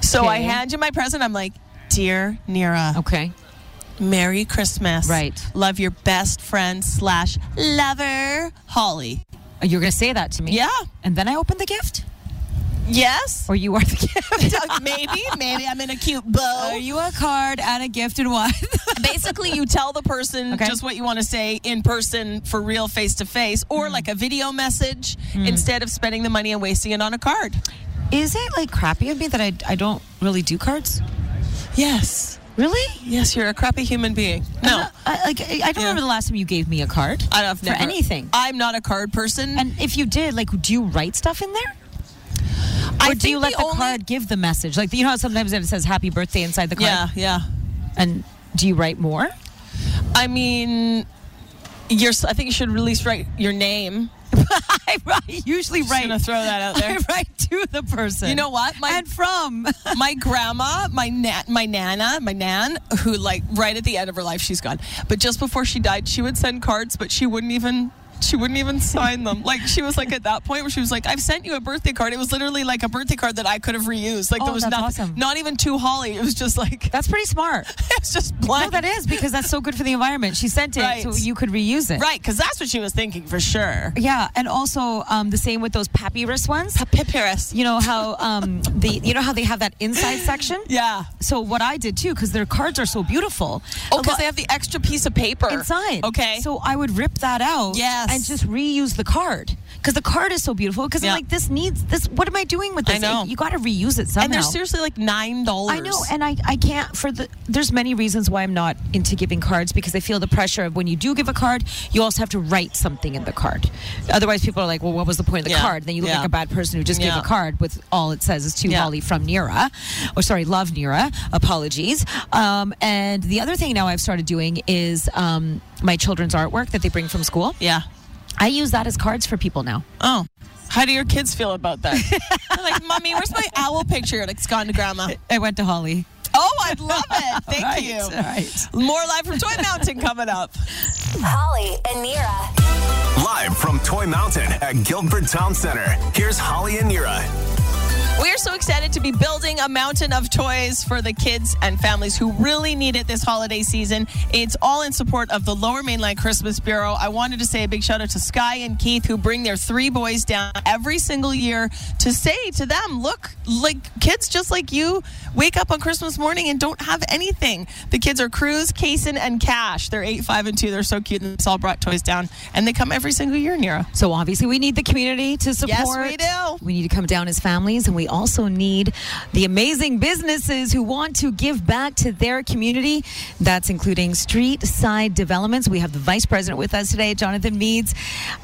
C: So I
B: Okay.
C: hand you my present. I'm like, Dear Nira,
B: okay.
C: Merry Christmas.
B: Right.
C: Love your best friend slash lover, Holly.
B: You're going to say that to me.
C: Yeah.
B: And then I open the gift?
C: Yes.
B: Or you are the gift?
C: maybe, maybe I'm in a cute bow.
B: are you a card and a gift and what?
C: Basically, you tell the person
B: Okay.
C: just what you want to say in person for real face to face
B: Hmm.
C: or like a video message instead of spending the money and wasting it on a card.
B: Is it like crappy of me that I, I don't really do cards?
C: Yes.
B: Really?
C: Yes, you're a crappy human being. No.
B: I, like, I I don't remember the last time you gave me a card
C: I don't
B: for anything.
C: I'm not a card person.
B: and if you did, like, do you write stuff in there?
C: I
B: Or do
C: think
B: you let the,
C: only-
B: card give the message? Like, you know how sometimes it says happy birthday inside the card?
C: Yeah, yeah.
B: And do you write more?
C: I mean, you're, s- I think you should at least write your name.
B: I write, usually
C: Just gonna throw that out there.
B: I write to the person.
C: You know what? My-
B: and from.
C: my grandma, my nat, my nana, my nan, who like right at the end of her life, she's gone. But just before she died, she would send cards, but she wouldn't even. She wouldn't even sign them. Like she was like at that point where she was like, "I've sent you a birthday card." It was literally like a birthday card that I could have reused. Like
B: Oh,
C: there was
B: that's
C: nothing,
B: awesome.
C: not even to Holly. It was just like
B: That's pretty smart.
C: it's just
B: No,
C: blank.
B: that is because that's so good for the environment. She sent it
C: Right.
B: so you could reuse it.
C: right because that's what she was thinking for sure.
B: Yeah, and also um, the same with those papyrus ones.
C: Papyrus.
B: You know how um, the you know how they have that inside section.
C: Yeah.
B: So what I did too, because their cards are so beautiful.
C: Oh,
B: a
C: because
B: lot-
C: they have the extra piece of paper
B: inside.
C: Okay.
B: So I would rip that out.
C: Yes.
B: And just reuse the card because the card is so beautiful. Because
C: Yeah.
B: I'm like, this needs this. What am I doing with
C: I
B: this?
C: know.
B: Like, you got to reuse it somehow.
C: and they're seriously like nine dollars.
B: I know, and I, I can't for the. There's many reasons why I'm not into giving cards because I feel the pressure of when you do give a card, you also have to write something in the card. Otherwise, people are like, well, what was the point of the
C: Yeah,
B: card? Then you look
C: yeah.
B: like a bad person who just
C: Yeah.
B: gave a card with all it says is to
C: Yeah.
B: Holly from Nira, or sorry, love Nira. Apologies. Um, and the other thing now I've started doing is um, my children's artwork that they bring from school.
C: yeah.
B: I use that as cards for people now.
C: Oh. How do your kids feel about that? They're like, Mommy, where's my owl picture? And it's gone to Grandma.
B: I went to Holly.
C: Oh, I love it. Thank
B: Right,
C: you.
B: right.
C: More live from Toy Mountain coming up.
G: Holly and Nira.
A: Live from Toy Mountain at Guildford Town Center, here's Holly and Nira.
C: We are so excited to be building a mountain of toys for the kids and families who really need it this holiday season. It's all in support of the Lower Mainland Christmas Bureau. I wanted to say a big shout out to Sky and Keith who bring their three boys down every single year to say to them, look, like kids just like you wake up on Christmas morning and don't have anything. The kids are Cruz, Kaysen, and Cash. They're eight, five, and two. They're so cute and it's all brought toys down. And they come every single year, Nira.
B: So obviously, we need the community to support.
C: we do.
B: We need to come down as families, and we also need the amazing businesses who want to give back to their community. That's including street side developments. We have the vice president with us today, Jonathan Meads,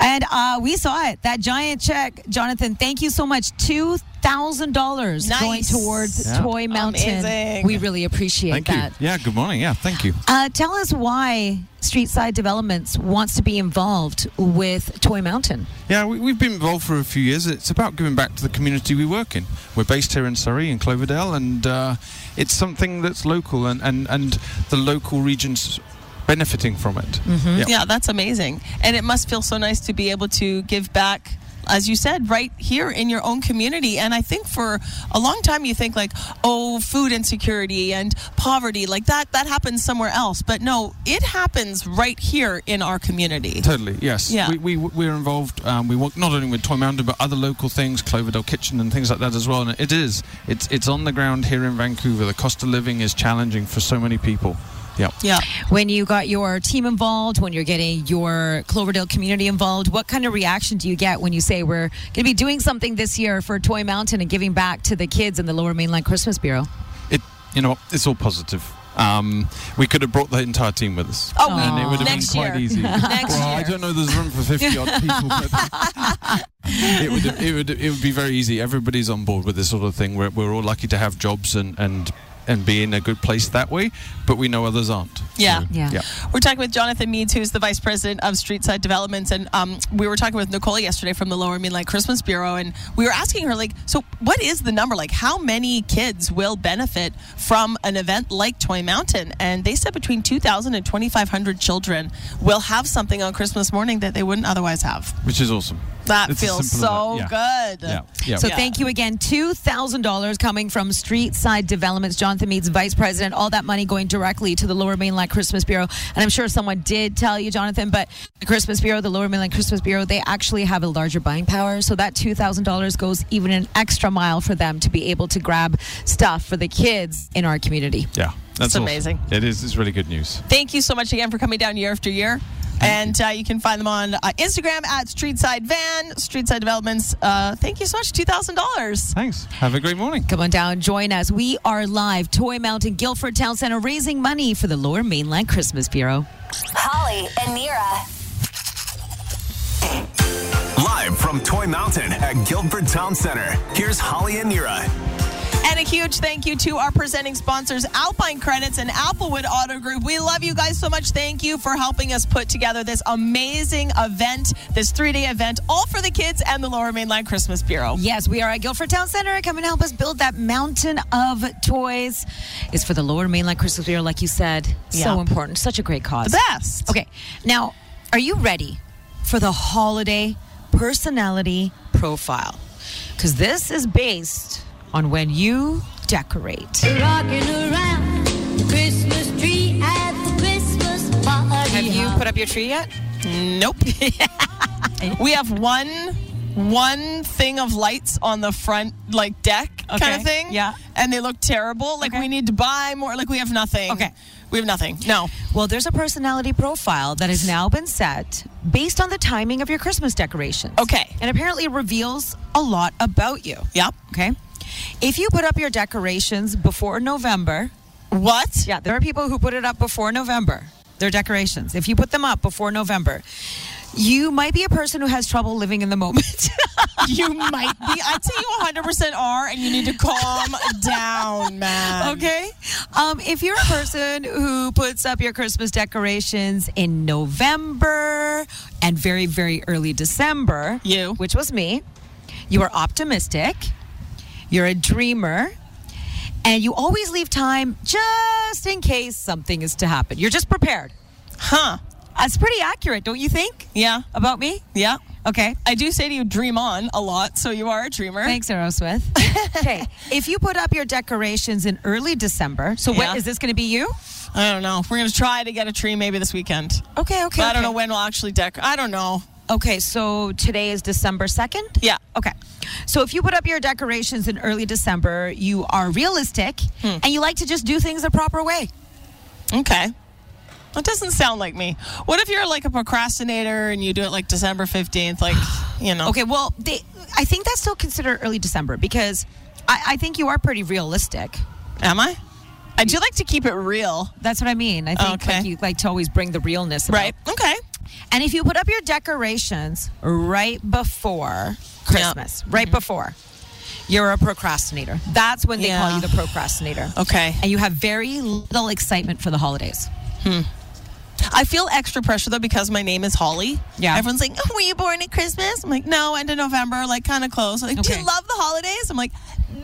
B: and uh, we saw it that giant check, Jonathan. Thank you so much. Two thousand dollars
C: Nice.
B: going towards
H: Yeah.
B: Toy Mountain.
C: Amazing.
B: We really appreciate
H: Thank
B: that.
H: you. Yeah, good morning. Yeah, thank you.
B: Uh, tell us why Street Side Developments wants to be involved with Toy Mountain.
H: Yeah, we, we've been involved for a few years. It's about giving back to the community we work in. We're based here in Surrey, in Cloverdale, and uh, it's something that's local and, and, and the local region's benefiting from it. Yeah.
C: Mm-hmm. Yeah, that's amazing. And it must feel so nice to be able to give back as you said right here in your own community and i think for a long time you think like oh food insecurity and poverty like that that happens somewhere else but no it happens right here in our community
H: Totally, yes.
C: Yeah.
H: We, we, we're involved, um, we work not only with Toy Mountain, but other local things, Cloverdale Kitchen and things like that as well. And it is, it's, it's on the ground here in Vancouver. The cost of living is challenging for so many people. Yeah.
C: yeah
B: When you got your team involved, when you're getting your Cloverdale community involved, what kind of reaction do you get when you say we're going to be doing something this year for Toy Mountain and giving back to the kids in the Lower Mainland Christmas Bureau?
H: It, you know, what, it's all positive. Um, we could have brought the entire team with us.
C: oh
H: and it
C: we,
H: would have
C: next
H: been quite
C: year
H: easy.
C: Next
H: well, I
C: year.
H: don't know. There's room for 50 odd people. But it would it would it would be very easy. Everybody's on board with this sort of thing. We're we're all lucky to have jobs and and and be in a good place that way. But we know others aren't.
C: Yeah.
B: Yeah.
H: yeah.
C: We're talking with Jonathan Meads, who's the Vice President of Streetside Developments. And um, we were talking with Nicole yesterday from the Lower Mainland Christmas Bureau. And we were asking her, like, so what is the number? Like, how many kids will benefit from an event like Toy Mountain? And they said between 2,000 and 2,500 children will have something on Christmas morning that they wouldn't otherwise have.
H: Which is awesome.
C: That
H: It's as
C: feels so
H: simple as that.
C: good.
H: Yeah. Yeah.
B: So
H: yeah.
B: thank you again. $2,000 coming from Streetside Developments. Jonathan Meads, Vice President. All that money going directly to the Lower Mainland Christmas Bureau. And I'm sure someone did tell you, Jonathan, but the Christmas Bureau, the Lower Mainland Christmas Bureau, they actually have a larger buying power. So that $2,000 goes even an extra mile for them to be able to grab stuff for the kids in our community.
H: Yeah. That's
C: It's
H: awesome.
C: amazing.
H: It is. It's really good news.
C: Thank you so much again for coming down year after year. And uh, you can find them on uh, Instagram at Streetside Van, Streetside Developments. Uh, thank you so much, $2,000.
H: Thanks. Have a great morning.
B: Come on down, join us. We are live, Toy Mountain, Guilford Town Center, raising money for the Lower Mainland Christmas Bureau.
G: Holly and Nira.
A: Live from Toy Mountain at Guildford Town Center, here's Holly and Nira.
C: And a huge thank you to our presenting sponsors, Alpine Credits and Applewood Auto Group. We love you guys so much. Thank you for helping us put together this amazing event, this three day event, all for the kids and the Lower Mainland Christmas Bureau.
B: Yes, we are at Guilford Town Center. Come and help us build that mountain of toys. It's for the Lower Mainland Christmas Bureau, like you said. So
C: Yeah.
B: important. Such a great cause.
C: The best.
B: Okay, now, are you ready for the holiday personality profile? Because this is based on when you decorate.
I: Rocking around the Christmas tree at the Christmas party.
B: Have you put up your tree yet?
C: Nope. we have one one thing of lights on the front like deck kind
B: Okay,
C: of thing.
B: yeah.
C: And they look terrible. Like
B: Okay.
C: we need to buy more. Like we have nothing.
B: Okay.
C: We have nothing. No.
B: Well, there's a personality profile that has now been set based on the timing of your Christmas decorations.
C: Okay.
B: And apparently it reveals a lot about you.
C: Yep.
B: Okay. If you put up your decorations before November,
C: What?
B: yeah, there are people who put it up before November, their decorations. If you put them up before November, you might be a person who has trouble living in the moment.
C: You might be. I'd say you 100% are, and you need to calm down, man.
B: Okay. Um, if you're a person who puts up your Christmas decorations in November and very, very early December,
C: You.
B: which was me, you are optimistic, you're a dreamer, and you always leave time just in case something is to happen. You're just prepared.
C: Huh.
B: That's pretty accurate, don't you think?
C: Yeah.
B: About me?
C: Yeah.
B: Okay.
C: I do say to you, dream on a lot, so you are a dreamer.
B: Thanks, Aerosmith. okay. If you put up your decorations in early December, so
C: Yeah.
B: what is this going to be you?
C: I don't know. We're going to try to get a tree maybe this weekend.
B: Okay, okay.
C: But I don't
B: okay.
C: know when we'll actually decorate. I don't know.
B: Okay, so today is December 2nd?
C: Yeah.
B: Okay. So if you put up your decorations in early December, you are realistic
C: Hmm.
B: and you like to just do things the proper way.
C: Okay. That doesn't sound like me. What if you're like a procrastinator and you do it like December 15th? Like, you know.
B: Okay, well, they, I think that's still considered early December because I, I think you are pretty realistic.
C: Am I? I do like to keep it real.
B: That's what I mean. I think
C: Okay.
B: like, you like to always bring the realness. about-
C: Right. Okay.
B: And if you put up your decorations right before Christmas, right before, you're a procrastinator. That's when they
C: Yeah.
B: call you the procrastinator.
C: Okay.
B: And you have very little excitement for the holidays.
C: I feel extra pressure though because my name is Holly.
B: Yeah.
C: Everyone's like, oh, were you born at Christmas? I'm like, no, end of November, like kind of close. Like, do
B: Okay.
C: you love the holidays? I'm like,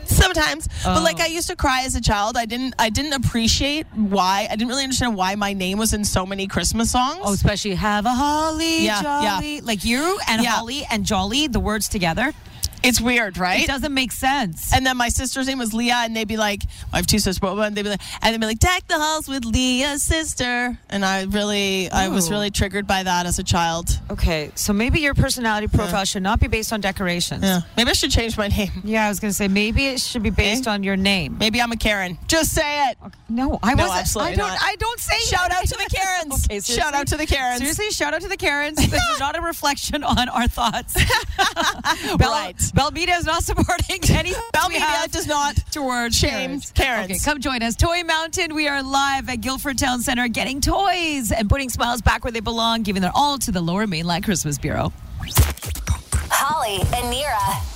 C: sometimes. But like
B: Oh.
C: I used to cry as a child. I didn't I didn't appreciate why I didn't really understand why my name was in so many Christmas songs.
B: Oh, especially have a holly
C: Yeah, yeah.
B: jolly. Like you and
C: Yeah.
B: holly and jolly, the words together,
C: it's weird, right?
B: it doesn't make sense.
C: And then my sister's name was Leah, and they'd be like, I have two sisters, but one, they'd be like, and they'd be like, deck the halls with Leah's sister. And I really, I was
B: Ooh.
C: really triggered by that as a child.
B: Okay, so maybe your personality profile should not be based on decorations.
C: Yeah. Maybe I should change my name.
B: Yeah, I was gonna say maybe it should be based on your name.
C: Maybe I'm a Karen. Just say it.
B: No, I
C: No,
B: wasn't.
C: absolutely
B: I don't.
C: not.
B: I don't say.
C: Shout out to the Karens.
B: Okay, seriously?
C: Shout out to the Karens.
B: Seriously, shout out to the Karens. This is not a reflection on our thoughts. Bell,
C: Right.
B: Bell Media is not supporting any.
C: Bell
B: we
C: Media
B: have.
C: does not
B: towards
C: shame
B: Karens.
C: Karens.
B: Okay, come join us. Toy Mountain, we are live at Guilford Town Center getting toys and putting smiles back where they belong, giving their all to the Lower Mainland Christmas Bureau.
G: Holly and Nira.